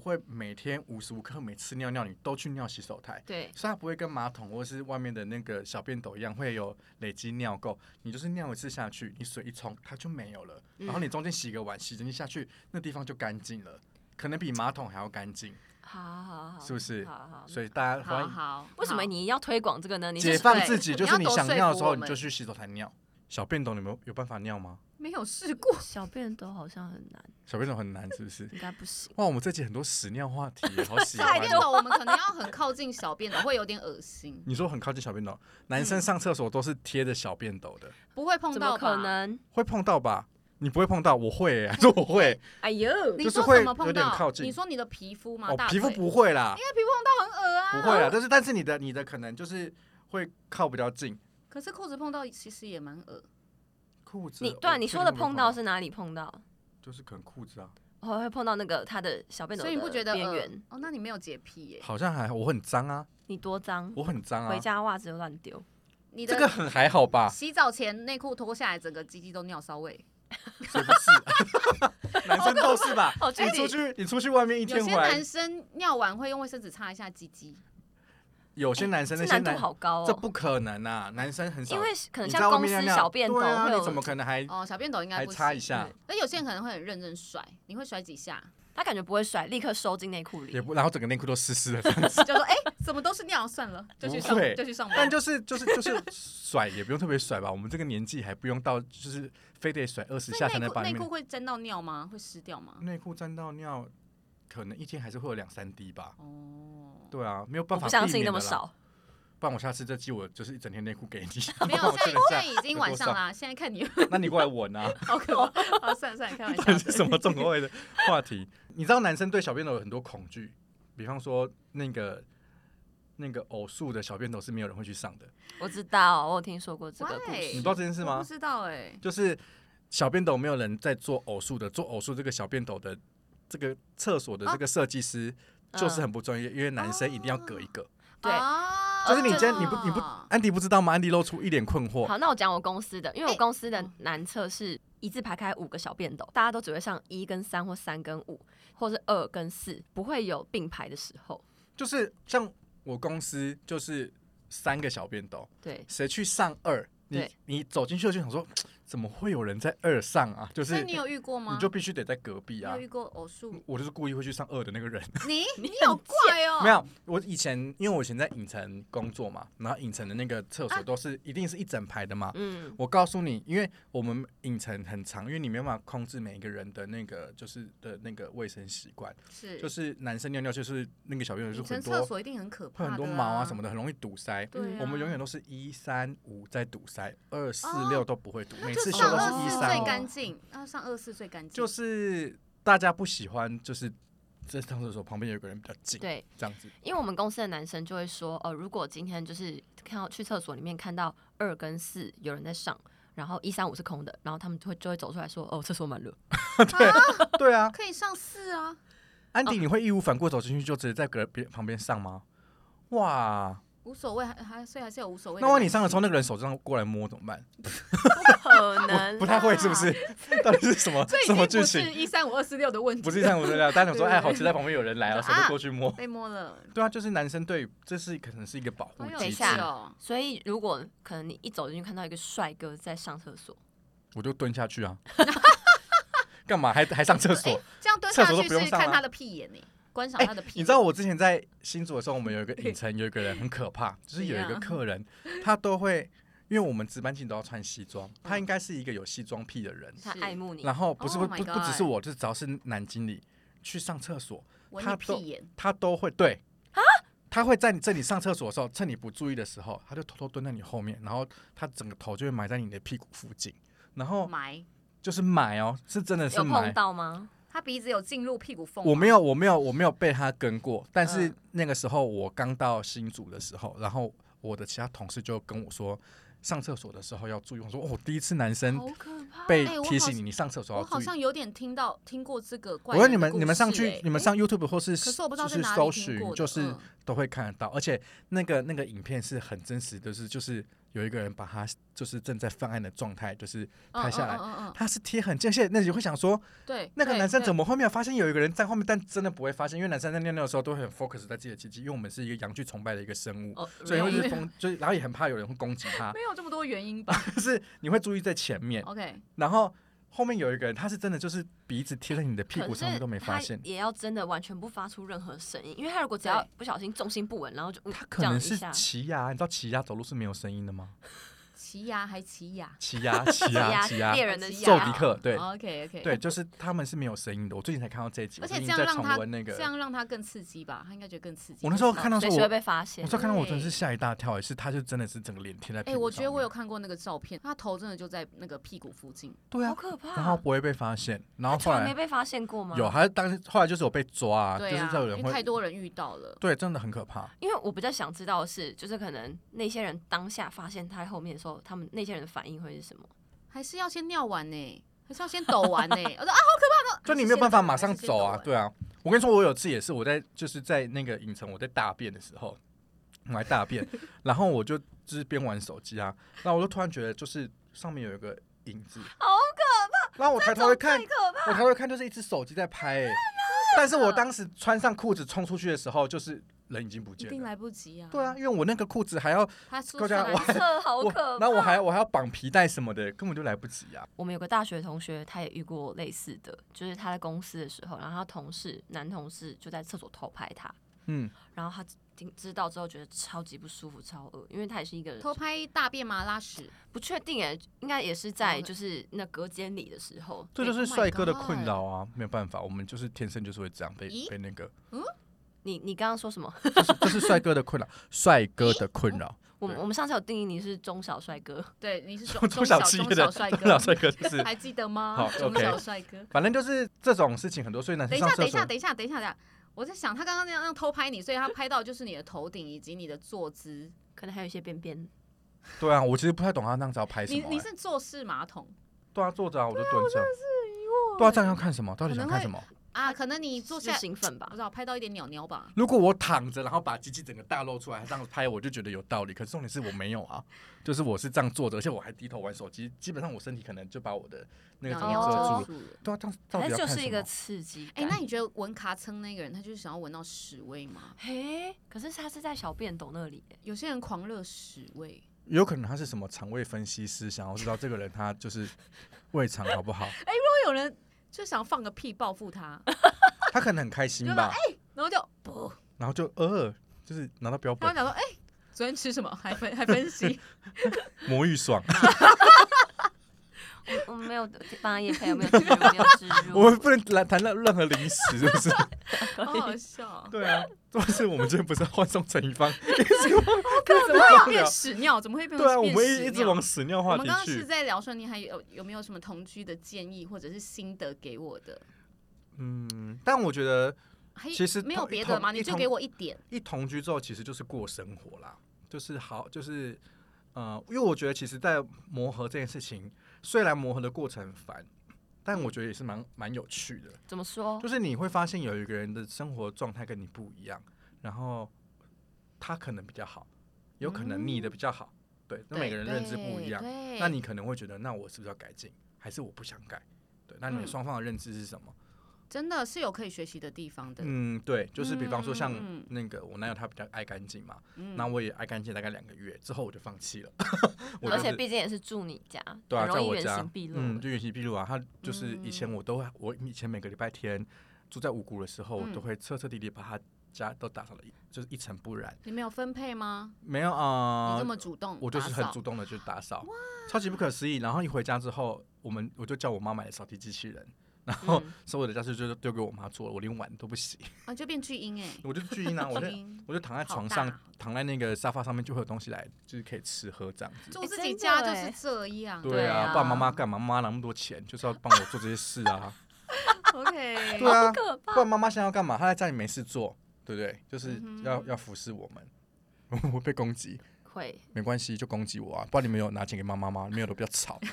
会每天无时无刻每次尿尿你都去尿洗手台，对，所以它不会跟马桶或是外面的那个小便斗一样会有累积尿垢。你就是尿一次下去，你水一冲它就没有了，嗯然后你中间洗个碗，洗进去下去，那地方就干净了，可能比马桶还要干净，好好好，是不是？好好所以大家欢好迎好，为什么好你要推广这个呢？你解是放自己，对就是你想尿的时候你要多说服我你们就去洗手台尿。小便斗你们有办法尿吗？没有试过？小便都好像很难，小便斗很难，是不是？应该不行。哇，我们这集很多屎尿话题，好喜欢 小便哦。斗我们可能要很靠近小便斗，会有点恶心，你说很靠近小便斗，男生上厕所都是贴着小便斗的，不会碰怎到么可吧？能？会碰到吧？你不会碰到，我会 耶、还是我会？哎呦，你就是说会怎么有碰点到？靠近你说你的皮肤吗？哦大，皮肤腿不会啦，因为皮肤碰到很恶啊。不会啦。但是但是你的你的可能就是会靠比较近，可是裤子碰到其实也蛮恶。裤子。你我对啊，你确说定的会碰到是哪里碰到？就是可能裤子啊，我会碰到那个他的小便斗所以你不的觉得边恶缘，哦，那你没有洁癖耶？好像还好我很脏啊，你多脏，我很脏回啊，家袜子就乱丢。你这个啊的很还好 吧？洗澡前内裤脱下来，整个鸡鸡都尿骚味。谁不是？男生都是 吧？哦这你里出去你出去外面一有天些回来男，生尿完会用卫生纸擦一下鸡鸡，有些男生这那些难男度好高这哦，不可能啊，男生很少。因为可能你像在外公面司尿尿小便斗对啊会你怎有么，可能还哦，小便斗应该还不擦一行。下？而有些人可能会很认真甩，你会甩几下， 他感觉不会甩，立刻收进内裤里也。不，然后整个内裤都湿湿的这样子。就说哎、怎么都是尿，算了，就去上不会就去上 但班。就是就是就是 甩也不用特别甩吧，我们这个年纪还不用到就是非得甩二十所下以才内能裤把你内们裤会沾到尿吗？会湿掉吗？内裤沾到尿，可能一天还是会有两三滴吧。哦，对啊，没有我办法不避相免信那的么啦。少，不然我下次这季我就是一整天内裤给你， 没有，帮 我现在确认现一在下，已经晚上啦，现在看你那你过来吻 啊。哦好可怕。好算了算了，开玩到 底笑的是。什么重口味的话题？你知道男生对小便斗有很多恐惧，比方说那个那个偶数的小便斗是没有人会去上的，我知道，我有听说过这个故你不事 Why？知。道这件事我吗不？知道哎，就是小便斗没有人在做偶数的，做偶数这个小便斗的这个厕所哦的这个设计师就是很不专业，因为男生一定要隔一个。对哦就是你今天你不你不哦安迪不知道吗？安迪露出一脸困惑。好，那我讲我公司的，因为我哎公司的男厕是一字排开五个小便斗，大家都只会上一跟三或三跟五，或是二跟四，不会有并排的时 候。就是像我公司就是三个小便斗，对，谁去上二？你对你走进去就想说，怎么会有人在二上啊？就所是以你有遇过吗？你就必须得在隔壁你啊有遇。过偶数？我就是故意会去上二的那个人。你你你好怪哦、没有，我以前因为我以前在影城工作嘛，然后影城的那个厕啊所都是、一定是一整排的嘛。嗯，我告诉你，因为我们影城很长，因为你没办法控制每一个人的那个就是的那个卫生习惯，是就是男生尿尿就是那个小便女就是生很厕多所一定很可会怕很的、多毛啊什么的，很容易堵塞。对啊、我们永远都是一三五在堵塞，二四哦六都不会堵，每次修上都二是一四三哦最五，干净，那上二四最干净，就是大家不喜欢，就是在上厕所旁边有个人比较近，对。这 样子。因为我们公司的男生就会说，呃，如果今天就是看到去厕所里面看到二跟四有人在上，然后一三五是空的，然后他们就会就会走出来说，哦，厕所满了。啊、对啊，可以上四啊，安迪，你会义无反顾走进去就直接在隔别旁边上吗？哇，无所谓，还还所以还是有无所谓的那感觉。万一你上的时候那个人手这样过来摸怎么办？可 能啊不太会是不是？到底是什么这什已经么不剧是情？一三五二四六的问题，不是像我这样，大家想说，对哎，好期待旁边有人来啊，谁会过去摸？被摸了，对啊，就是男生对这是可能是一个保护好有机趣制，哦。所以如果可能你一走进去看到一个帅哥在上厕所，我就蹲下去啊，干嘛还还上厕所？哎这样蹲厕下所都去不用是上看啊他的屁眼呢、观赏哎他的屁眼、你知道我之前在新竹的时候，我们有一个影城，有一个人很可怕，就是有一怎个样客人，他都会，因为我们值班进都要穿西装，他应该是一个有西装癖的人。他是爱慕你，然后不是不 Oh my 不不只是 God 我，就是只要是男经理去上厕所，闻他你都屁眼，他都会对啊他会在你这里上厕所的时候，趁你不注意的时候，他就偷偷蹲在你后面，然后他整个头就会埋在你的屁股附近，然后埋就是埋哦，是真的是有碰埋。到吗？他鼻子有进入屁股缝吗，我没有，我没有，我没有被他跟过。但是嗯那个时候我刚到新组的时候，然后我的其他同事就跟我说，上厕所的时候要注意。我说哦，第一次男生可怕！被哎我提好醒你，像你上厕所要我好注意。像有点听到听过这个怪我人说的故事欸。你们，你们上去，你们欸上 YouTube 或是可是我不知道就在是哪搜里听寻过，的，就是嗯都会看得到，而且那个那个影片是很真实，就是就是有一个人把他就是正在犯案的状态，就是拍下来嗯嗯嗯嗯嗯，他是贴很近线，那你会想说，对，那个男生怎么么会没有发现有一个人在后面？但真的不会发现，因为男生在尿尿的时候都会很 focus 在自己的鸡鸡，因为我们是一个阳具崇拜的一个生物，哦，所以会没有是攻，就是然后也很怕有人会攻击 他，没有这么多原因吧就是你会注意在前面， ？OK，然后后面有一个人，他是真的就是鼻子贴在你的屁股上面都没发现可是，他也要真的完全不发出任何声音，因为他如果只要对不小心重心不稳，然后就嗯他可这样能一是下，奇亚，你知道奇亚走路是没有声音的吗？奇牙还奇牙奇亚，奇亚，奇呀亚猎，人的奇揍亚迪克，对，OK OK，对，就是他们是没有声音的。我最近才看到这一集，而且我最这近样在让重他温那个这，样让他更刺激吧，他应该觉得更刺激。我那时候更看到随说时我会被发现我。说看到我真的是吓一大跳，也是他就真的是整个脸贴在哎、屁股上面。我觉得我有看过那个照片，他头真的就在那个屁股附近。对好啊，可怕！哦然后不会被发现，然后后他从来没来被发现过吗？有，啊还是当时后来就是有被抓啊，就对是啊，这有人因为太会多人遇到了。对，真的很可怕。因为我比较想知道的是，就是可能那些人当下发现他在后面的时候，他们那些人的反应会是什么？还是要先尿完呢、还是要先抖完呢、我说啊，好可怕！就你没有办法马上走啊，。对啊。我跟你说，我有次也是，我在就是在那个影城，我在大便的时候，我还大便，然后我就就是边玩手机啊，然后我就突然觉得就是上面有一个影子，好可怕。然后我抬头一看太，可怕！我抬头一看就是一只手机在拍、欸，但是我当时穿上裤子冲出去的时候，就是人已经不一见定了。来不及啊！对啊，，因为我那个裤子还要他说高嘉出来我是这 好我可，怕！然后我还我还要绑皮带什么的，根本就来不及啊。我们有个大学同学，他也遇过类似的，就是他在公司的时候，然后他同事男同事就在厕所偷拍他，嗯，然后他听知道之后觉得超级不舒服、超恶，因为他也是一个 偷拍大便吗？拉屎？不确定哎，应该也是在哦就是那隔间里的时候，这哎就 Oh 是 my 帅哥的困 God 扰啊，没有办法，我们就是天生就是会这样被咦被那个。你你刚刚说什么？ 这是这是帅哥的困扰，帅哥的困扰，我们我们上次有定义你是中小帅哥，对，你 是中中中小企中业的小帅困扰哥，帅哥就是， 还记得吗好？中 OK 小帅哥。反正就是这种事情很多，所以男等生一上下，厕等所一下，等一下，等一下，等一下。我在想，他刚刚那样那样偷拍你，所以他拍到就是你的头顶以及你的坐姿。可能还有一些便便。对啊，我其实不太懂他那样子要拍什你么、你欸，是坐式马桶对啊，坐着啊，我就蹲着，对啊，这样要看什么？到底可想能看会什么？啊？可能你坐是下，兴奋吧不知？道拍到一点鸟鸟吧？如果我躺着，然后把鸡鸡整个大露出来，这样拍，我就觉得有道理。可是重点是我没有啊，就是我是这样坐着，而且我还低头玩手机，基本上我身体可能就把我的那个鸟东西要遮鸟住遮遮了。住了。对啊，这样到反底正要就看是一什个么？刺激哎、感。那你觉得闻卡称那个人，他就是想要闻到屎味吗？嘿，可是他是在小便斗那里耶，有些人狂热屎味，有可能他是什么肠胃分析师，想要知道这个人他就是胃肠好不 好？会有人就想放个屁报复他，他可能很开心有吧，然后就哎不，然后就呃，就是拿到标他本们，想说，哎、昨天吃什么？还分还 分析，魔芋爽，欸我我 没有帮他夜配，我没有植入，没有植入。 我们不能来谈论任何零食，是不 是？啊好好笑哦。对啊，就是我们今天不是要换送陈一 方，也是往怎么会有不变了屎尿？怎么会 变啊对啊，我变们一屎一直尿往屎尿我话们题刚刚是去。在聊说，你还有有没有什么同居的建议或者是心得给我的？嗯，但我觉得还其实没有同别的吗？同你就给我一点。一同居之后，其实就是过生活啦，就是好，就是呃，因为我觉得其实，在磨合这件事情，虽然磨合的过程很烦，但我觉得也是蛮蛮有趣的。怎么说？就是你会发现有一个人的生活状态跟你不一样，然后他可能比较好，有可能你的比较好，对，那每个人认知不一样，嗯对那你可能会觉得，那我是不是要改进，还是我不想改？对，那你们嗯双方的认知是什么？真的是有可以学习的地方的。嗯，对，就是比方说像嗯嗯嗯那个我男友他比较爱干净嘛，嗯那我也爱干净大概两个月之后我就放弃了，我而就且是。毕竟也是住你家，对啊，很在容易我原家形，毕露。嗯，就原形毕露啊。他就是以前嗯我都会，我以前每个礼拜天住在五谷的时候，我嗯都会彻彻底底把他家都打扫了，就是一尘不染。你没有分配吗？没有你啊这，么主动，我就是很打扫主。动的去打扫，超级不可思议。然后一回家之后，我们我就叫我妈买扫地机器人。然后嗯所有的家事就是丢给我妈做了，我连碗都不洗，啊，就变巨婴哎、我就巨婴啊，我就巨婴。我就躺在好床大上哦，躺在那个沙发上面，就会有东西来，就是可以吃喝这样子。住自欸己真的家就欸是这样。对啊，啊爸爸妈妈干嘛？妈妈拿那么多钱，就是要帮我做这些事啊。 OK。对啊好，可怕不然妈妈现在要干嘛？她在家里没事做，对不对？就是嗯哼要、要服侍我们。 我被攻击， 会没关系，就攻击我啊！不然你们有拿钱给妈妈吗？没有都比较吵。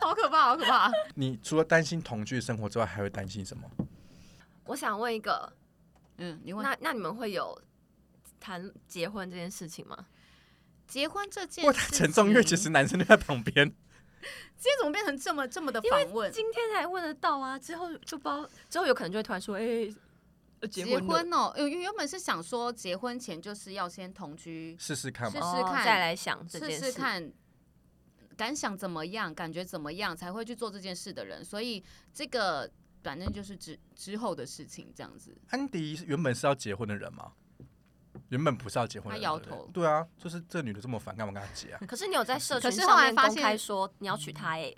好可怕，好可怕。你除了担心同居生活之外，还会担心什么？我想问一个，嗯，你问那那你们会有谈结婚这件事情吗？结婚这件不过事太情，沉重，因为其实男生就在旁 边。今天怎么变成这么这么的访问？今天才问得到啊，之后就不知道，之后有可能就会突然说，哎、呃结结了婚哦，呃原原本是想说结婚前就是要先同居，试试看试嘛，哦试看再来想这试件事。试看感想怎么样，感觉怎么样才会去做这件事的人。所以这个反正就是之之后的事情，这样子。安迪原本是要结婚的人吗？原本不是要结婚的人，他摇对不对头对啊，就是这女的这么烦，干嘛跟她结啊？可是你有在社群可是后上来面发公现开说你要娶她哎、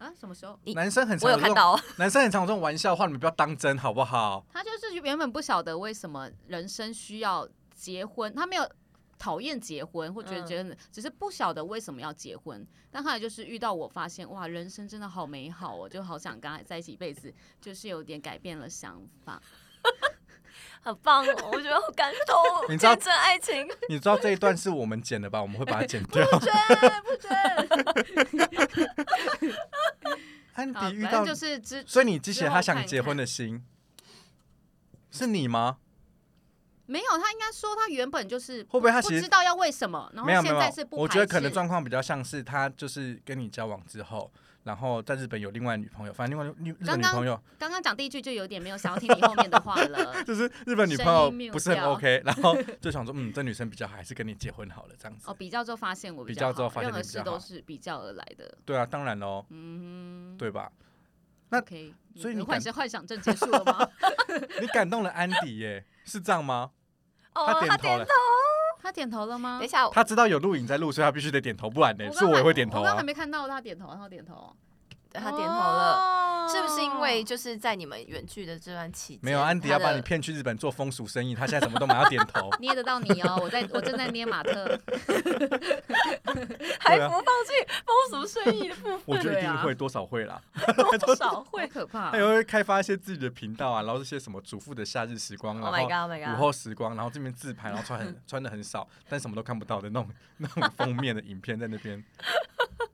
啊，什么时候？你男生很常我有这看种到哦，男生很常有这种玩笑话，你们不要当真好不好？他就是原本不晓得为什么人生需要结婚，他没有讨厌结婚或觉得嗯觉得，只是不晓得为什么要结婚。但后来就是遇到我，发现哇，人生真的好美好哦，就好想跟他在一起一辈子，就是有点改变了想法。很棒哦，我觉得好感动哦 ，你知道见证爱情， 你知道这一段是我们剪的吧？我们会把它剪掉。不准。 安好，迪哎遇啊反到正，就是之所以你激起了之后他想看结婚看的心，是你吗？没有，他应该说他原本就是会不会他不其知实道要为什么，然后没有现没有在是？不我排觉得可能斥状况比较像是他就是跟你交往之后，然后在日本有另外女朋友，反正另外女日本刚女刚朋友。刚刚讲第一句就有点没有想要听你后面的话了 就是日本女朋声音友 mute 不是很掉 OK，然 后就想说嗯，这女生比较好，还是跟你结婚好了这样子哦，。比较之后发现我比较较之后好发现任何你比较事都好是比较而来的。对啊，当然喽，嗯哼，对吧？那 OK，所以你幻敢想幻想症结束了吗？你感动了安迪耶，是这样吗？哦，点他头了点头。 他点头了吗等一？下，他知道有录影在录，所以他必须得点头，不然呢，刚是我也还会点头哦我刚啊还。没看到他点头，他点头，对他点头了。哦。是不是因为就是在你们远距的这段期间，没有，安迪要他把的你骗去日本做风俗生意，他现在什么都买要点头捏得到你 哦？我在我正在捏马特，还对啊不放弃风俗 生意的部我觉得一对定啊会，多少会啦。分，多少 好会可怕他。也会开发一些自己的频道啊，然后这些什么主妇的夏日时光， ？Oh 然 my 后 god，Oh 午 my god！后时光，然后这边自拍，然后穿很 穿的很少，但什么都看不到的那种那种封面的影片在那边。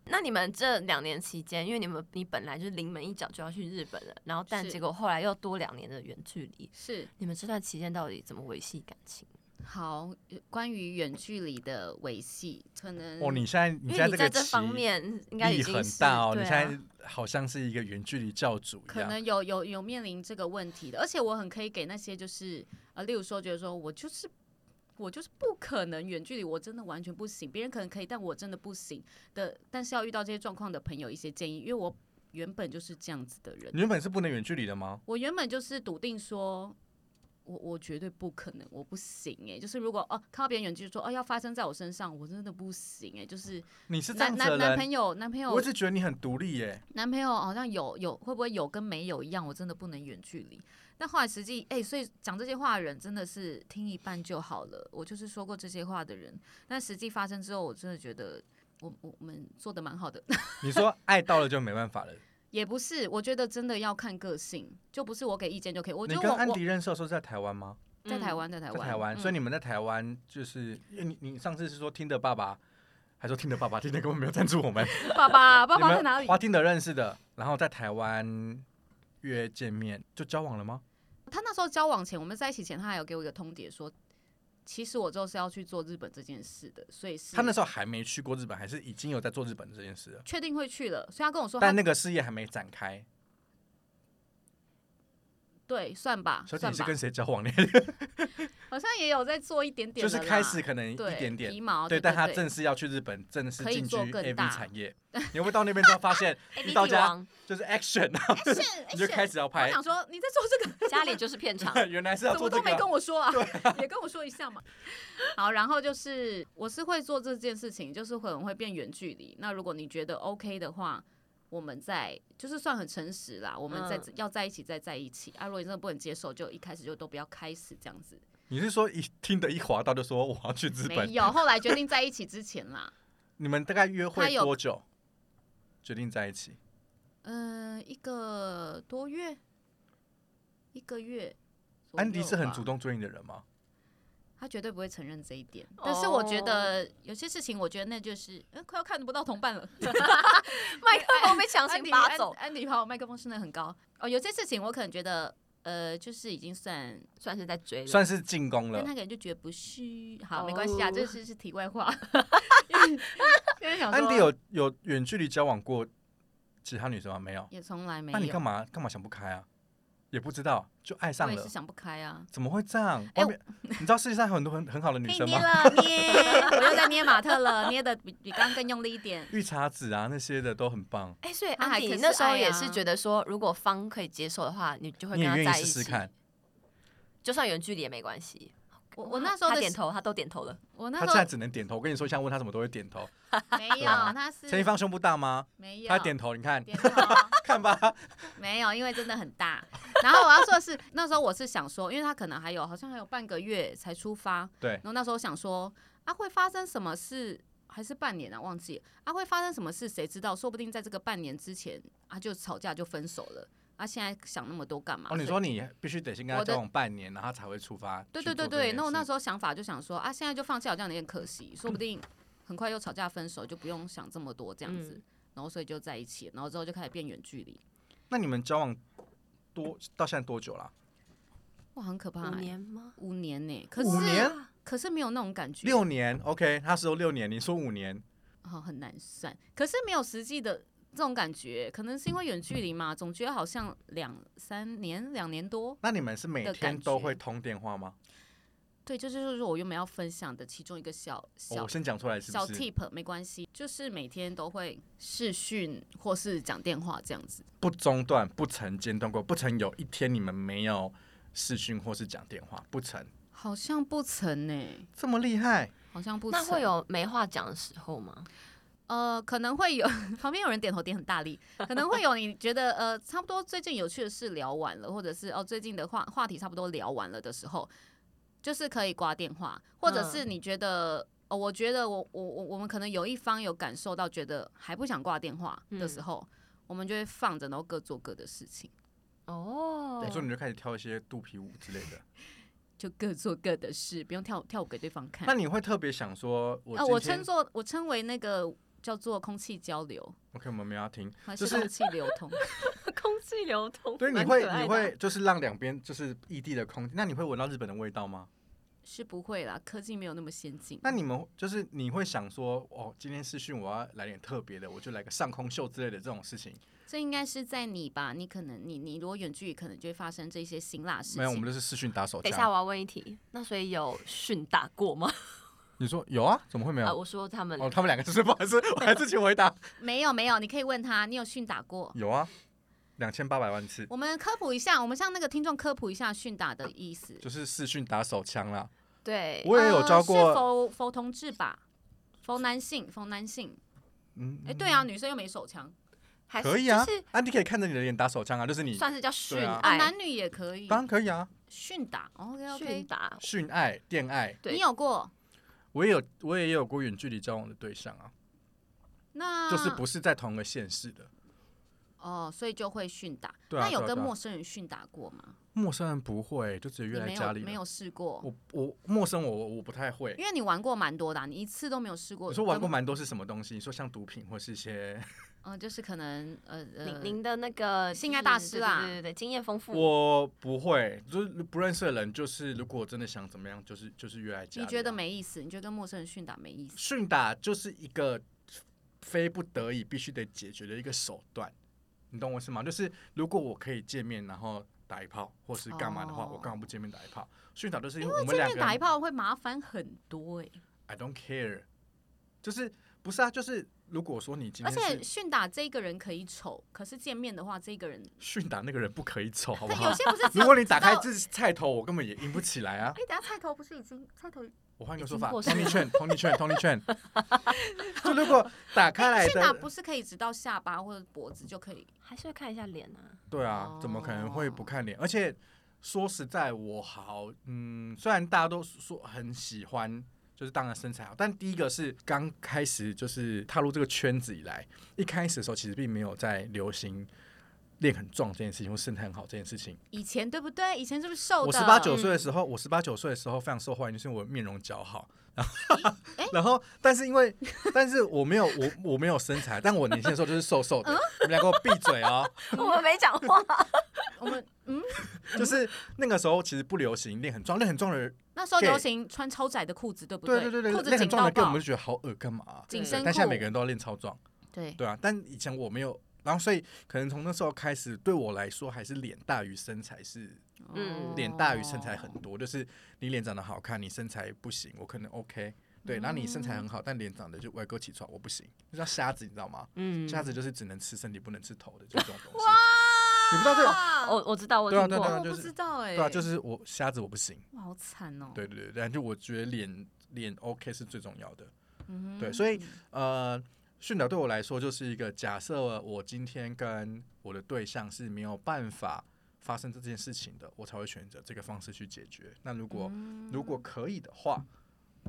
那你们这两年期间，因为你们你本来就是临门一脚就要去日本了，然后但是结果后来又多两年的远距离，是你们这段期间到底怎么维系感情？好，关于远距离的维系，可能哦，你现在你嗯因现在为你个在棋这方面应该已力经很是大哦，对你啊现在好像是一个远距离教主一可样。能有有有面临这个问题的，而且我很可以给那些就是呃，例如说觉得说我就是我就是不可能远距离，我真的完全不行，别人可能可以，但我真的不行的。但是要遇到这些状况的朋友一些建议，因为我原本就是这样子的人，你原本是不能远距离的吗？我原本就是笃定说。我我绝对不可能，我不行哎、就是如果哦看到别人远距离说哦要发生在我身上，我真的不行哎、就是你是这样男子的男男人，朋友男朋友我一直觉得你很独立耶。男朋友好像有有会不会有跟没有一样，我真的不能远距离。但后来实际哎、所以讲这些话的人真的是听一半就好了。我就是说过这些话的人，但实际发生之后，我真的觉得我我我们做的蛮好的。 你说爱到了就没办 法了。也不是，我觉得真的要看个性，就不是我给意见就可以。我你觉得跟我安我迪认识的时候是在台湾吗？嗯在 台湾，在嗯台在湾，台湾，所以以你们在台湾就是因为你你上次是说听的爸爸，还说听的爸爸，听的根本没有赞助我们。爸爸 爸你爸们在哪里？华听的认识的，然后在台湾约见面就交往了吗？他那时候交往前，我们在一起前，他还有给我一个通牒说，其实我之后是要去做日本这件事的，所以是他那时候还没去过日本，还是已经有在做日本这件事了，确定会去了，所以他跟我说他但那个事业还没展开。对，算吧，小姐，哦算你是吧，跟谁交往呢？好像也有在做一点点就的是啦，开始可能一对点点皮，毛，对，但他对正式要去日本，正式可以进做军更 AV 大产业。你会到那边之后发现 A 一 B 到 D 家王，就是 action，然后 是你就开。始要我拍，想说哎你在做这个，家里就是 片场，原来是要怎做么都这没个跟。我说啊？ 也跟我说一下嘛。好，然后就是我是会做这件事情，就是可能会变远距离。那如果你觉得 OK 的话，我们再就是算很诚实啦，我们再、嗯要在一起再在一起啊。如果你真的不能接受，就一开始就都不要开始这样子。你是说一听的一滑到就说我要去日没本？有，后来决定在一起之前啦，你们大概约他会有多久决定在一起？嗯、一个多月，一个月。安迪是很主，动追你的人吗？他绝对不会承认这一点。但是我觉得有些事情，我觉得那就是，嗯，快要看不到同 伴了。麦克风被强安行迪拔哎安走，安迪把我麦克风升得很高。哦，有些事情我可能觉得呃，就是已经算，算是在追了，算是进攻但了他。可能就觉得不是。好，没哦关系啊，这是是题外话。 因为想说安迪有有远距离交往过其他女生吗？没有。也从来没那你干有，嘛干嘛想不开啊？也不知道，就爱我上也了是。想不开啊。怎么会这样？哎外面、你知道世界上有很多很很好的女可以生捏吗？了捏，我又在捏马特了，捏的比比刚刚更用力一点。绿茶籽啊那些的都很棒，哎、所以他安还迪可你是那时候爱也啊是觉得说，如果方可以接受的话，你就会你也跟他愿意在一试起，试看。就算远距离也没关系。我我那时候哦他的点头，他都点头了，我他那现时在只能点头。我跟你说，像问他什么都会点头。候没有，啊他是陈一芳胸部大吗？没有他点头，你看 点头。看吧。没有，因为真的很大。然后我要说的是，那时候我是想说，因为他可能还有好像还有半个月才出发，对然后那时候想说，啊会发生什么事？还是半年啊，忘记了啊会发生什么事，谁知道？说不定在这个半年之前啊就吵架就分手了。啊，现在想那么多干嘛？哦，你说你必须得先跟他我的交往半年，然后他才会出发。对对对对，那我那时候候想法就想说啊，现在就放弃好像有点可惜，说不定很快又吵架分手，就不用想这么多这样子。嗯然后所以就在一起，然后之后就开始变远距离，那你们交往多到现在多久了？哇，很可怕、五欸。年吗？五年呢、啊可是五年、可是没有那种感觉，六年？OK，他说六年，你说五年，好、很难算。可是没有实际的这种感觉，可能是因为远距离嘛，总觉得好像两三年、两年多。那你们是每的感天都觉会通电话吗？对，这就是说我原本要分享的其中一个小哦小、我先讲出来是小不是？ tip，没关系，就是每天都会视讯或是讲电话这样子。不中断，不曾间断过，不曾有一天你们没有视讯或是讲电话，不曾好像不曾呢、这么厉害。好像不曾。那会有没话讲的时候吗？呃，可能会有旁边有人点头点很大力，可能会有你觉得呃差不多最近有趣的事聊完了，或者是哦最近的话话题差不多聊完了的时候，就是可以挂电话，或者是你觉得、哦我觉得我我我我们可能有一方有感受到觉得还不想挂电话的时候，我们就会放着，然后各做各的事情，哦你说你就开始跳一些肚皮舞之类的，就各做各的事，不用跳跳舞给对方看那。你会特别想说，我啊，嗯我今称天作我称为那个叫做空气交流， OK，我们没有要听，还就是是空气流通。 空气流通，对，你蛮会可爱你的啊会就是让两边就是异地的空，那你会闻到日本的味道吗？是不会啦，科技没有那么先进。那你们就是你会想说，哦，今天视讯我要来点特别的，我就来个上空秀之类的这种事情。这应该是在你吧？你可能你你如果远距离，可能就会发生这些辛辣事没有，我们就情。是视讯打手等一下，枪。我要问一题。那所以有训打过吗？你说有啊？怎么会没有？啊，我说他们哦，他们两个是不好意思，我来自己回答。没有没有，你可以问他，你有训打过？ 有啊，两千八百万次，我们科普一下，我们向那个听众科普一下训打的意思。就是视讯打手枪啦。对，啊我也有教呃、是过，否否同志吧？否男性，否男性。嗯哎、，对啊，女生又没手枪，还是可以啊就。安迪可以看着你的脸打手枪啊，就是是你算是叫训对啊啊，爱，男女也可以当然可以啊，训打。OK 训 OK，打。训爱、恋爱，对你有过？我也有我也有过远距离交往的对象啊，啊那就是不是在同一个县市的。哦，所以就会训打。对啊那有对啊跟对啊陌生人训打过吗？陌生人不会，就直接你约来没家有里了。没有试过？我我陌生我我我不太会。因为你玩过蛮多的啊、你一次都没有试过。你说玩过跟？蛮多是什么东西？你说像毒品或是一 些，嗯、就是可能呃呃您，您的那个性就爱大是师对啦对对对，经验丰富。我不会，就是不认识的人，就是如果真的想怎么样，就是就是约来家里啊。你觉得没意思？你觉得跟陌生人训打没意思？训打就是一个非不得已必须得解决的一个手段，你懂我意思吗？就是如果我可以见面，然后打一炮或是干嘛的话，哦我干嘛不见面打一炮？训打就是因因为我为们见两面个打人一炮会麻烦很多哎、 I don't care，就是不是啊？就是如果说你今而天且是训打这个人可以丑，可是见面的话，这个人训打那个人不可以走，好不但好有？些不是只 有。如果你打开知道这菜头，我根本也赢不起来啊！哎，等下菜头不是已经菜头我换一个说法，已经过世了同力券，同力券，同力券。 就如果打开哎来训打不的，是可以直到下巴或者脖子就可以？还是会看一下脸啊。 对啊，怎么可能会不看脸？而且说实在，我好，嗯，虽然大家都说很喜欢。就是当然身材好，但第一个是刚开始就是踏入这个圈子以来，一开始的时候其实并没有在流行练很壮这件事情或身材很好这件事情。以前对不对？以前是不是瘦的？嗯我十八九岁的时候，我十八九岁的时候非常受欢迎，就是因为我面容姣好。 然后，然后，但是因为， 但是我没有我我没有身嗯 材，但我年轻的时候就是瘦瘦的。你们两个给我闭嘴哦！ 我们没讲话，我们嗯就是那个时候其实不流行练很壮，练很壮的人，那时候 gay 流行穿超窄的裤子，对不对对对对，裤子练很紧壮到的 gay 我爆们就，觉得好恶干嘛啊、紧对身但现在每个裤，人都要练超壮，对，对啊。但以前我没有，然后所以可能从那时候开始，对我来说还是脸大于身材是哦嗯脸大于身材很多，就是你脸长得好看，你身材不行，我可能 OK。对，然后你身材很好，但脸长得就歪哥起床，我不行，就像瞎子，你知道吗？嗯，瞎子就是只能吃身体不能吃头的就这种东西。你不知道这个？哇我我知道，我对啊听对啊对啊过，哦我就不是知道哎，对啊，就是我瞎子我不行。哇，好惨哦，对对对，然后就我觉得脸脸 OK 是最重要的。嗯哼，对所以呃，训导对我来说就是一个假设，我今天跟我的对象是没有办法发生这件事情的，我才会选择这个方式去解决。那如果、如果可以的话，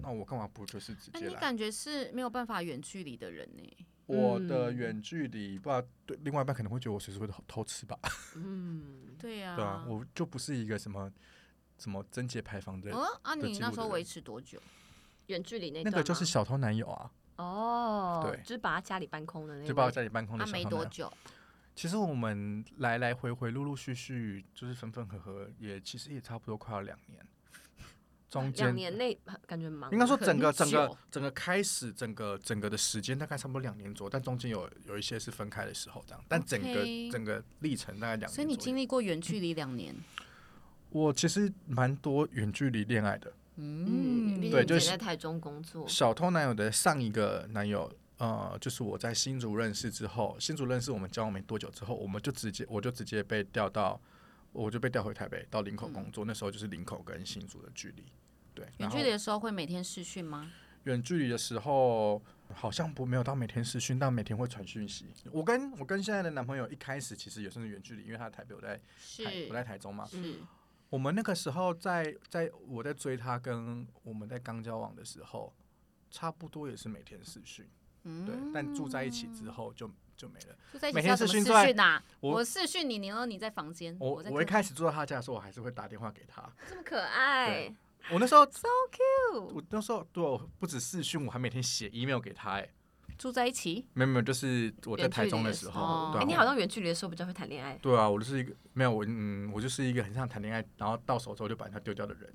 那我干嘛不就是直嗯那接你来？感觉是没有办法远距离的人呢？我的嗯远距离，不知道对另外一半可能会觉得我随时会偷偷吃啊吧？嗯，对呀，对啊，我就不是一个什么什么贞洁牌坊的人，嗯啊，的你记那录时候的维人持多久？远距离那那个段就是吗小偷男友啊，哦，对就是把他家里搬空的那就把我位家里办公的啊，小偷没男多友。久，其实我们来来回回、陆陆续续，就是分分合合，也其实也差不多快要两年。中间两年内感觉忙，应该说整个很整个久整个开始，整个整个的时间大概差不多两年左右，但中间有有一些是分开的时候这样，但整个 OK 整个历程大概两年左右。嗯所以你经历过远距离两年，我其实蛮多远距离恋爱的，嗯，毕对竟就你是在台中工作，小偷男友的上一个男友，呃，就是我在新竹认识之后，新竹认识我们交往没多久之后，我们就直接我就直接被调到，我就被调回台北到林口工作。那时候就是林口跟新竹的距离，对。远然后距离的时候会每天视讯吗？远距离的时候，好像不没有到每天视讯，但每天会传讯息。我跟我跟现在的男朋友一开始其实也算是远距离，因为他在台北，我在台我在是台中嘛。是，我们那个时候在在我在追他跟我们在刚交往的时候，差不多也是每天视讯。嗯，对，但住在一起之后就就没了。住在一起每是天要什么视讯视之外讯呐？我我视讯你，你然后你在房间，我在我一客开始住到他家的时候，我还是会打电话给他。这么可爱对，我那时候 so cute，我那时候对我不止视讯，我还每天写 email 给他、哎，住在一起，没有没有，就是我在远距台离中的时时候，候对、哎，啊，你好像远距离的时候比较会谈恋爱，对啊，我就是一个没有我嗯，我就是一个很想谈恋爱，然后到手之后就把人家丢掉的人。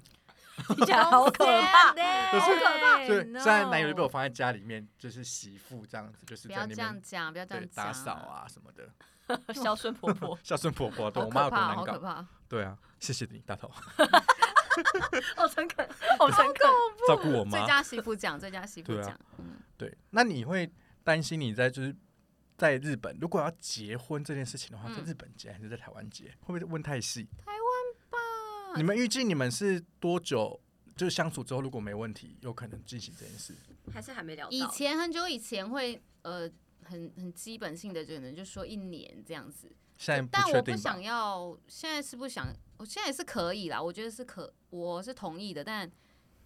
听起来 好可怕，好可是可怕所以虽然男友就被我放在家里面，就是媳妇这样子，就是不在要那这样边讲，不要这对样讲，打扫，啊什么的， 孝顺 ，婆婆孝顺婆婆，对好我妈有多可怕，难好可搞。怕，对啊，谢谢你，大 头，好诚 恳，好诚恳，照顾我妈 最。佳媳妇奖，最佳媳妇对啊奖，嗯，对，那你会担心你在就是在日本，如果要结婚这件事情的话，在嗯日本结还是在台湾结？会不会问太细？啊你们预计你们是多久？就是相处之后，如果没问题，有可能进行这件事。还是还没聊到，以前很久以前会呃很很基本性的，可能就说一年这样子。现在但不确我不定吧想？要，现在是不想，我现在也是可以啦，我觉得是可，我是同意的，但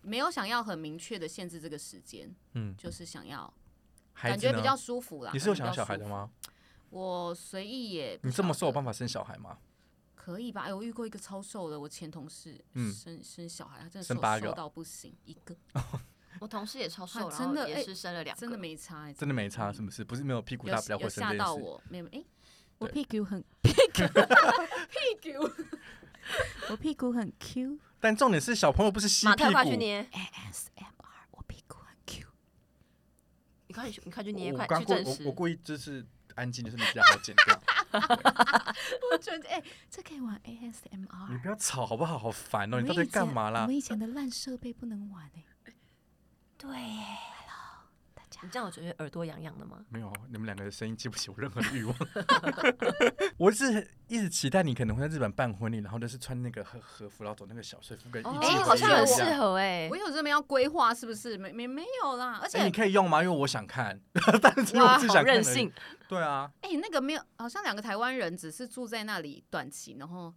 没有想要很明确的限制这个时间，嗯，就是想要孩感子觉呢比？较舒服啦。你是有想感觉要比小较孩舒的服？吗？我随意也，你这么瘦有吧？办法生小孩吗？可以吧？哎，我遇过一个超瘦的，我前同事，嗯生生小孩，他真的生瘦八个瘦哦到不行，一个我同事也超啊瘦，然真后的哎也是生了两个，真的没差欸，真的没差，是不是？不是没有屁股有大比较会有生吓这件到事。我，没有哎、我对屁股 很屁股屁股，我屁股很 Q 但重点是小朋友不是吸马屁特股，快去捏， ASMR，我屁股很 Q。你快去，你快去捏，我快我刚去故证我我实，故意就是安静，就是你比较好剪掉。 我觉得哎、这可以玩你 ASMR。不要吵好不好？好烦我哦！你们到底以前干嘛啦我？们以前的烂设备不能玩哎、对耶你这样我觉得耳朵痒痒的吗？没有，你们两个的声音激不起我任何的欲望。 我是一直期待你可能会在日本办婚礼，然后就是穿那个和和服，然后走那个小睡服跟一哦季哎婚好一像样很一样适合哎我有这么要规划是不是？没没没有啦，而且哎、哎、你可以用吗？因为我想看， 但是因为哇，我自己好想看而已任性。，对啊，那个没有，好像两个台湾人只是住在那里短期，然后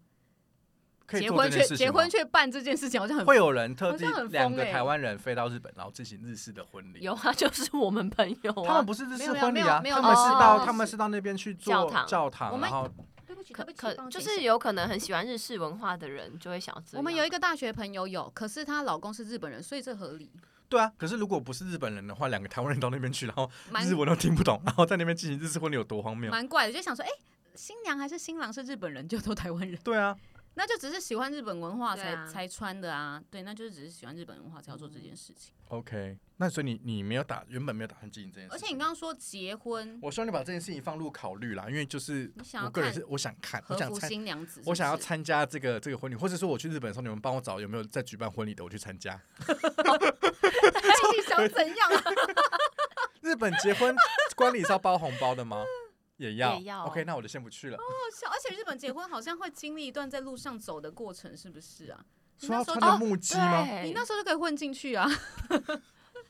可以结做这婚件事却情结吗婚却办这件事情，好像很会有人特地好像很疯两个欸台湾人飞到日本，然后进行日式的婚礼。有啊，就是我们朋友他们啊，不是日没式有没有婚礼啊，没有他们是到哦他们是到那边去做教堂教堂我然们后对不起可对不起，可帮我就剪一下是有可能很喜欢日式文化的人就会想要这样。我们有一个大学朋友有，可是她老公是日本人，所以这合理。对啊。可是如果不是日本人的话，两个台湾人到那边去，然后蛮日文都听不懂，然后在那边进行日式婚礼有多荒谬？蛮怪的，就想说，哎、新娘还是新郎是日本人，就都 台湾人，对啊，那就只是喜欢日本文化对才、啊才穿的啊。对，那就是只是喜欢日本文化才要做这件事情。 OK，那所以你你没有打，原本没有打算经营这件而事且情。你刚刚说结婚啊我希望你把这件事情放入考虑啦，因为就是你想要我个人看是我想看，和我想服参，新娘子是不是我想要 参加这个这个婚礼，或者说我去日本的时候，你们帮我找有没有在举办婚礼的，我去参加。到底哎想怎样啊？日本结 婚婚礼是要包红包的吗？也要。也要 OK，那我就先不去了。好 笑，而且日本结婚好像会经历一段在路上走的过程，是不是啊？你说那要时候穿就、着木屐吗？对你那时候就可以混进去啊。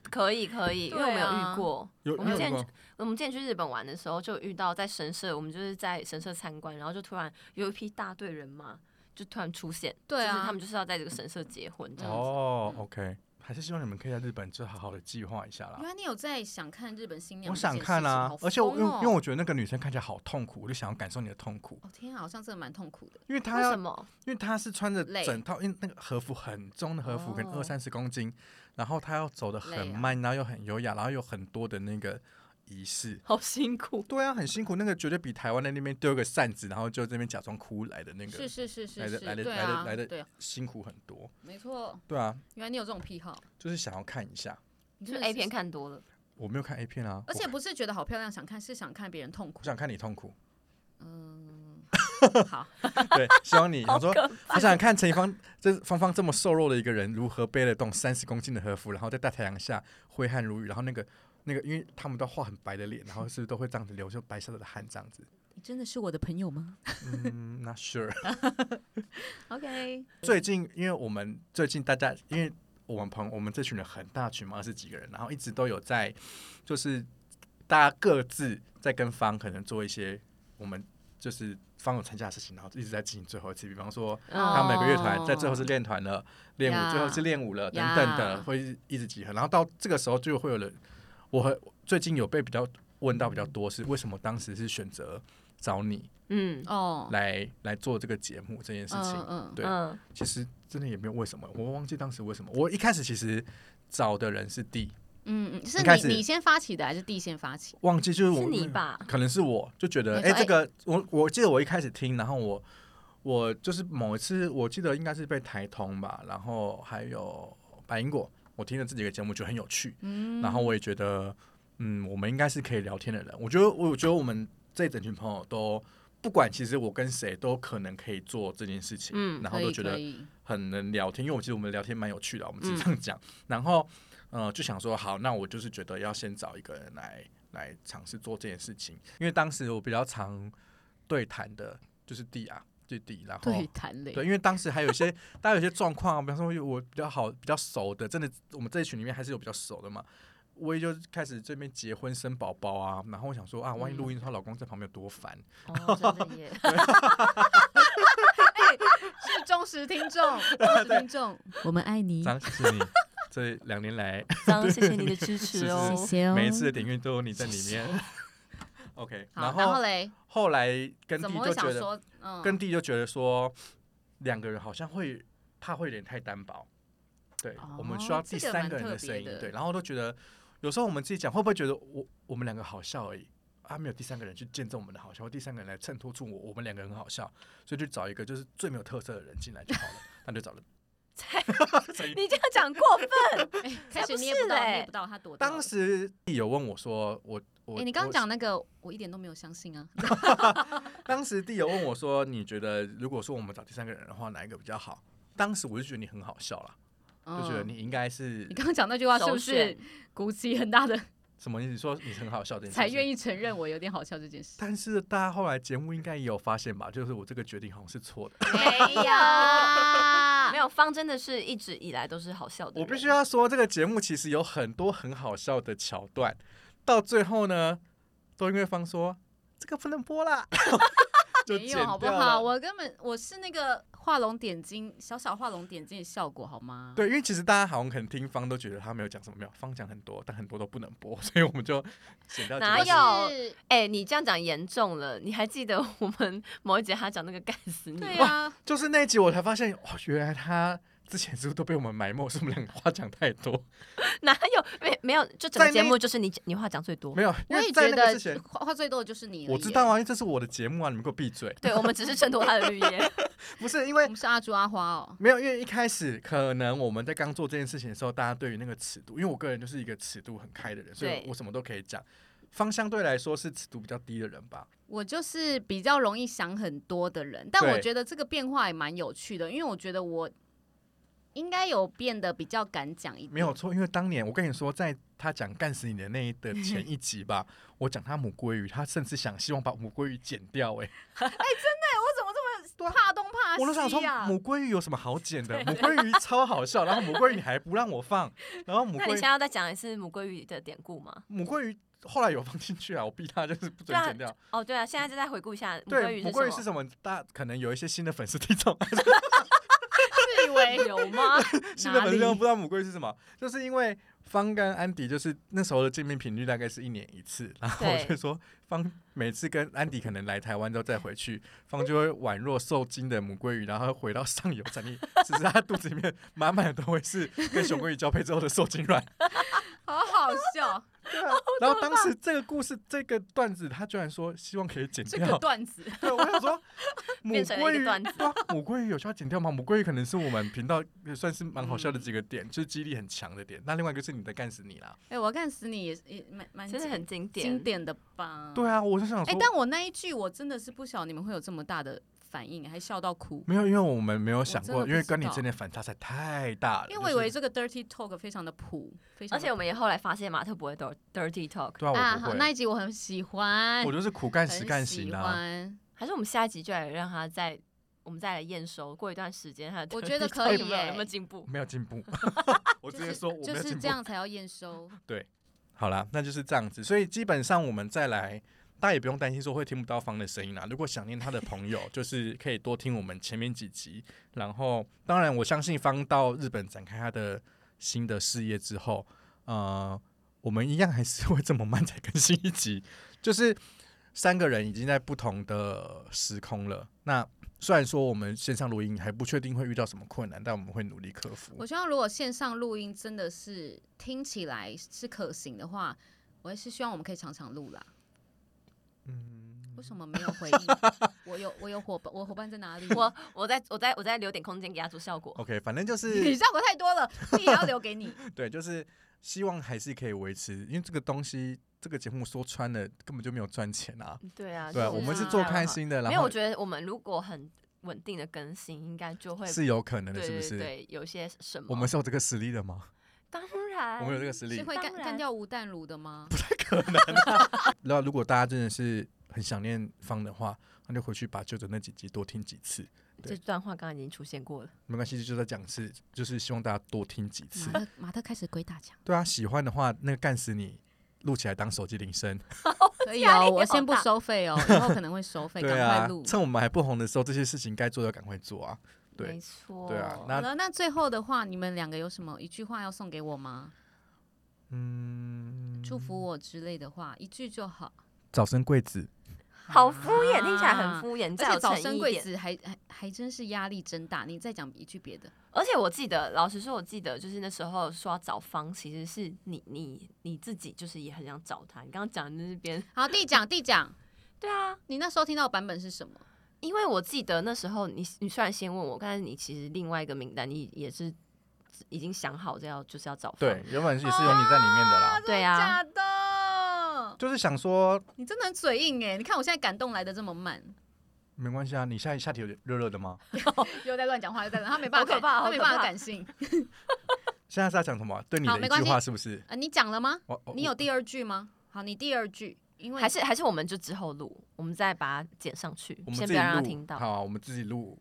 可以可以，因为我们对啊有遇过，有我们有之前过去我们之前去日本玩的时候，就遇到在神社，我们就是在神社参观，然后就突然有一批大队人马就突然出现，对啊就是他们就是要在这个神社结婚这样子。哦嗯，OK，还是希望你们可以在日本就好好的计划一下啦原。来你有在想看日本新娘我这件想事情？看啊好，而且我因疯为哦因为我觉得那个女生看起来好痛苦，我就想要感受你的痛苦，哦天啊，好像真的蛮痛苦的。因为她为要什么？因为他是穿着累整套，因为那个和服很重的和服，可能哦二三十公斤，然后他要走的很累啊慢，然后又很优雅，然后有很多的那个仪式。好辛苦。 对啊，很辛苦，那个绝对比台湾在那边丢个扇子，然后就这边假装哭来的那是个是是来是得是，来得对来得啊，来得对啊，辛苦很多。没错。对啊，原来你有这种癖好，就是想要看一下，你就真是的哎 A 片，看多了，我没有看 A 片啊，而且我不是觉得好漂亮想看，是想看别人痛苦我。想看你痛苦。 嗯，好，对，希望 你想说可，我想看陈芳这芳芳这么瘦弱的一个人，如何背得动三十公斤的和服，然后在大太阳下挥汗如雨，然后那个那个，因为他们都画很白的脸，然后是不是都会这样子流就白色的汗这样子？你真的是我的朋友吗嗯，Not sure。 ？OK，最近因为我们最近大家因为我们朋我们这群人很大群嘛，二十几个人，然后一直都有在就是大家各自在跟方可能做一些我们就是方有参加的事情，然后一直在进行最后一次，比方说。哦嗯他们每个乐团在哦最后是练团了，练舞最后是练舞了，等等的，呀会一直集合。然后到这个时候就会有人，我和最近有被比较问到比较多是为什么当时是选择找你嗯哦，来来做这个节目这件事情。嗯对嗯，其实真的也没有为什么，我忘记当时为什么。我一开始其实找的人是 D，嗯嗯，是你开始你你先发起的还是地先发起？忘记就是我是你吧？可能是我就觉得，你哎、说这个我我记得我一开始听，然后我我就是某一次，我记得应该是被台通吧，然后还有白英果，我听了这几个节目觉得很有趣，嗯，然后我也觉得，嗯，我们应该是可以聊天的人。我觉得，我觉得我们这一整群朋友都。不管其实我跟谁都可能可以做这件事情，嗯然后可都以觉可得以很能聊天，因为我记得我们聊天蛮有趣的，我们自己这样讲。然后，呃，就想说，好，那我就是觉得要先找一个人来来尝试做这件事情，因为当时我比较常对谈的就是弟啊，就是弟，然后对谈嘞，对，因为当时还有一些， 大家有一些状况啊，比方说有我比较好、比较熟的，真的我们这一群里面还是有比较熟的嘛。我也就开始这边结婚生宝宝啊，然后我想说啊，万一录音的时候她老公在旁边有多烦，哦，真的耶， 哎是忠实听 众，忠实听众，我们爱你，张，谢谢你这两年来张，谢谢你的支持谢 哦。谢哦。每一次的点阅都有你在里面。OK，好，然后后嘞，后来跟怎弟么就会觉想得，说，嗯，跟弟就觉得说，两个人好像会怕会有点太单薄，对、我们需要哦第这个三蛮个人特的别声音，的对，然后都觉得有时候我们自己讲会不会觉得我我们两个好笑而已。啊，没有第三个人去见证我们的好笑，或第三个人来衬托出我我们两个人很好笑，所以就找一个就是最没有特色的人进来就好了。那就找了陈怡你这样讲过分， 哎开始不捏是不到，嘞捏不到他躲到了。当时有问我说，我我、哎，你刚刚我讲那个，我一点都没有相信啊。当时地友问我说：“你觉得如果说我们找第三个人的话，哪一个比较好？”当时我就觉得你很好笑啦，嗯 就觉得你应该是你刚刚讲那句话是不首是选鼓起很大的什么意思？你说你很好笑的，才愿意。意承认我有点好笑这件事？但是大家后来节目应该也有发现吧，就是我这个决定好像是错的。 没有没有方真的是一直以来都是好笑的人。我必须要说，这个节目其实有很多很好笑的桥段，到最后呢，都因为方说这个不能播啦， 就没剪有，好不掉好？了我根本我是那个画龙点睛，小小画龙点睛的效果，好吗？对，因为其实大家好像可能听方都觉得他没有讲什么，没有方讲很多，但很多都不能播，所以我们就剪掉。哪剪掉有是哎、你这样讲严重了。你还记得 我们某一节他讲那个干死你吗？对啊，就是那一集我才发现，哦，原来他之前似乎都被我们埋没，是我们两个话讲太 多。哪有没没有？就整个在那节目就是你你话讲最多没。有，因我为也在觉那个之前得，话话最多的就是你而已。我知道啊，因为这是我的节目啊，你们给我闭嘴。对，我们只是衬托他的绿 叶。不是因我为们是阿朱阿花哦。没有，因为一开始可能我们在刚做这件事情的时候，大家对于那个尺度，因为我个人就是一个尺度很开的人，所以对我什么都可以讲。方相对来说是尺度比较低的人吧，我就是比较容易想很多的人，但对我觉得这个变化也蛮有趣的，因为我觉得我应该有变得比较敢讲一点。哦没有错。因为当年我跟你说，在他讲干死你的那一的前一集吧，我讲他母鲑鱼，他甚至想希望把母鲑鱼剪掉、欸。我怎么这么怕东怕西、啊？我都想说母鲑鱼有什么好剪 的？母鲑鱼超好笑，然后母鲑鱼你还不让我放，然后母那你鲑现鱼在要再讲一次母鲑鱼的典故吗？母鲑鱼后来有放进去啊，我逼他就是不准对啊剪掉。哦，对啊，现在就再回顾一下啊母鲑对，鱼母是鲑什鱼么是？什么？大家可能有一些新的粉丝听 众，自以为 哎有吗？新的哪粉丝里听众不知道母鲑鱼是什么，就是因为方跟安迪就是那时候的见面频率大概是一年一次，然后我对就说方每次跟安迪可能来台湾之后再回去，方就会宛若受惊的母鲑鱼，然后回到上游 产地，只是他肚子里面满满的都会是跟雄鲑鱼交配之后的受精卵。好好 笑，对哦啊，然后当时这个故事这个段子，他居然说希望可以剪这 个掉。段子对，我想 说，母变成了鲑一个鱼段子对啊，母鲑鱼有需要剪掉吗？母鲑鱼可能是我们频道也算是蛮好笑嗯的几个点，就是记忆力很强的点。那另外一个是你的干死你啦。哎、我干死你也是也蛮蛮真的很经典。经典的吧？对啊，我就想哎、说，但我那一句我真的是不晓得你们会有这么大的反应，还笑到哭，没有，因为我们没有想我过，真的不知道因为跟你之间的反差才太大了。因为我以为就是这个 dirty talk 非常的普，非常而地且我们也后来发现马特不会 dir- dirty talk，对啊，啊，我不好，那会，一集我很喜欢，我就是苦干很实干喜型啊。欢，还是我们下一集就来让他再，我们再来验收，过一段时间他的我 dirty 觉得 talk 可以有没有耶有没有 进步？没有进 步，我直接说我就没有是进步这。样才要验 收。好啦，那就是这样子。所以基本上我们再来，大家也不用担心说会听不到方的声音啦。如果想念他的朋友，就是可以多听我们前面几集。然后，当然我相信方到日本展开他的新的事业之后，呃，我们一样还是会这么慢才更新一集，就是。三个人已经在不同的时空了。那虽然说我们线上录音还不确定会遇到什么困难，但我们会努力克服。我希望如果线上录音真的是听起来是可行的话，我还是希望我们可以常常录啦。嗯，为什么没有 回应？我有我有伙伴，我伙伴在哪里？我我再我再我再留点空间给他做效果。 OK，反正就是你效果太多了，地也要留给你。对，就是希望还是可以维持，因为这个东西，这个节目说穿了根本就没有赚钱啊。对啊，对啊，就我们是是啊做开心的，没然有，我后觉得我们如果很稳定的更新，应该就会是有可能的，对是不对是？对，有些什么？我们是有这个实力的吗？当然我们有这个实是力，会干当然干掉吴淡如的吗？那如果大家真的是很想念方的话，那就回去把旧的那几集多听几次，对这段话刚刚已经出现过了。没关系，就再讲一次，就是希望大家多听几次马。嗯特马特开始鬼 打墙， 对啊，喜欢的话，那个干死你，录起来当手机铃声。可以压力哦，我好先不大收费哦，以后可能会收费，赶对快啊 录，。趁我们还不红的时候，这些事情该做的赶快做啊。对没错。对啊，好那了，那最后的话，你们两个有什么一句话要送给我吗？嗯，祝福我之类的话，一句就好。早生贵子。好敷衍，啊听起来很敷衍，而再且有早诚生意一贵点。子还还还真是压力真大。你再讲一句别的，而且我记得，老实说，我记得就是那时候说要找方，其实是你你你自己就是也很想找他。你刚刚讲的那 边，好，弟讲弟讲，对啊，你那时候听到的版本是什么？因为我记得那时候你你虽然先问我，但是你其实另外一个名单你也是已经想好这要就是要找方。 对，原本也是有你在里面的啦。对啊，假的，就是想说，你真的很嘴硬哎！你看我现在感动来的这么慢，没关系啊，你现在下体有点热热的吗？又在乱讲话，又在乱他没办法好可怕感，他好没可怕办法感性现在是在讲什么？对你好的没一关句系话是不是？啊！你讲了吗？我我你有第二句吗？好，你第二句，因为还是还是我们就之后录，我们再把它剪上去我，们先自不己要让他录，听到。好啊，我们自己录。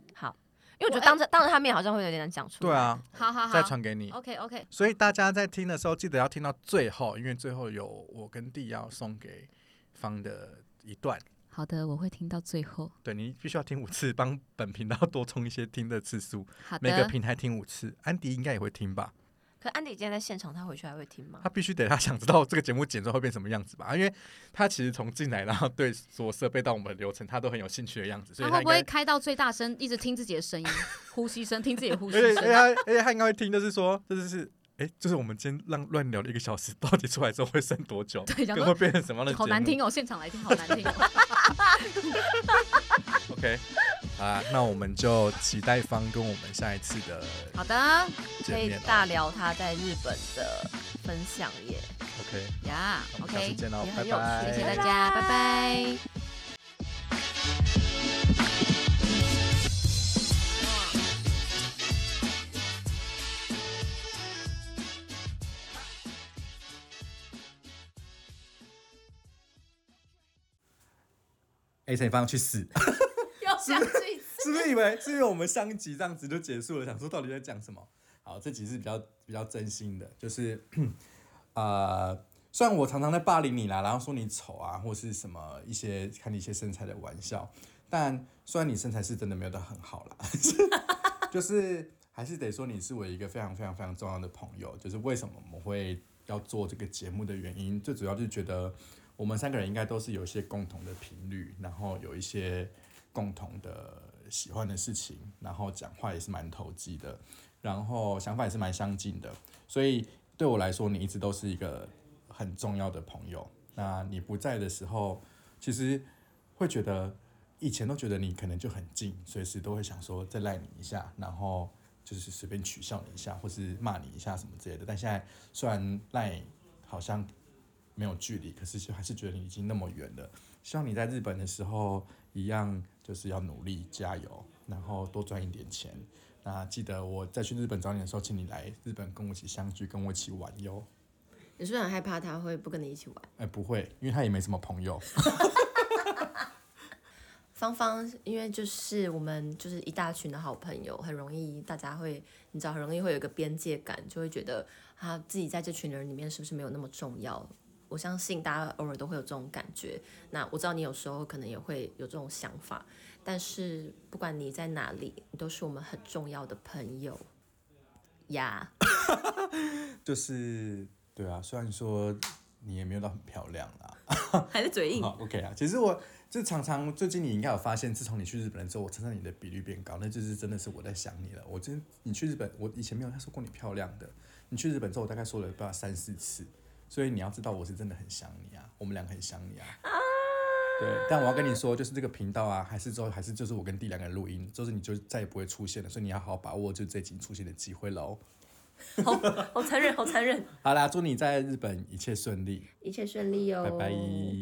因为我觉得当着当着他面好像会有点难讲出来。对，啊，好好再好传给你。 ，OK OK，所以大家在听的时候，记得要听到最后，因为最后有我跟弟要送给方的一段。好的，我会听到最后。对你必须要听五次，帮本频道多充一些听的次数，好每个的，平台听五次。安迪应该也会听吧？可可安迪今天在现场，他回去还会听吗？他必须得他想知道这个节目剪出来会变什么样子吧， 因为他其实从进来然后对所有设备到我们的流程，他都很有兴趣的样子，所啊以他他会应不会 该。开到最大声，一直听自己的 声音，呼吸声，听自己的呼吸而且而且声？他而且他应该会听，就是说，这就是哎、就是我们今天让乱聊了一个小时，到底出来之后会剩多久， 对想跟说会变成什么样的节目？好难听哦，现场来听好难听哦。 OK，啊，那我们就期待方跟我们下一次的好的可见以面哦。大聊他在日本的分享耶， OK，呀那我们下次，OK，见喽哦也，拜很有趣拜。谢谢大拜家，拜拜拜。 A 陈方去死！要想去 是不是以为是因为我们上一集这样子就结束了，想说到底在讲什么？好，这集是比较比较真心的，就是呃，虽然我常常在霸凌你啦，然后说你丑啊，或是什么一些看你一些身材的玩笑，但虽然你身材是真的没有到很好啦， 就是还是得说你是我一个非常非常非常重要的朋友。就是为什么我们会要做这个节目的原因，最主要就是觉得我们三个人应该都是有一些共同的频率，然后有一些共同的喜欢的事情，然后讲话也是蛮投机的，然后想法也是蛮相近的，所以对我来说，你一直都是一个很重要的朋友。那你不在的时候，其实会觉得以前都觉得你可能就很近，随时都会想说再赖你一下，然后就是随便取笑你一下，或是骂你一下什么之类的。但现在虽然赖好像没有距离，可是就还是觉得你已经那么远了。希望你在日本的时候一样，就是要努力加油，然后多赚一点钱。那记得我再去日本找你的时候，请你来日本跟我一起相聚，跟我一起玩哟。 你是不是很害怕他会不跟你一起玩？哎、不会，因为他也没什么朋友。芳芳，因为就是我们就是一大群的好朋友，很容易大家会，你知道，很容易会有一个边界感，就会觉得他自己在这群人里面是不是没有那么重要？我相信大家偶尔都会有这种感觉。那我知道你有时候可能也会有这种想法，但是不管你在哪里，你都是我们很重要的朋友 呀。就是对啊，虽然说你也没有到很漂亮啦，还是嘴硬，好 OK 啊。其实我就常常最近你应该有发现，自从你去日本了之后，我常常你的比率变高，那就是真的是我在想你了。我真你去日本，我以前没有说过你漂亮的，你去日本之后，我大概说了不知道三四次，所以你要知道我是真的很想你啊，我们两个很想你啊。对，但我要跟你说，就是这个频道啊，还是之后还是就是我跟弟两个人录音，就是你就再也不会出现了，所以你要好好把握就这集出现的机会哦喽。好好残忍，好残忍，好啦，祝你在日本一切顺利，一切顺利哦，拜拜。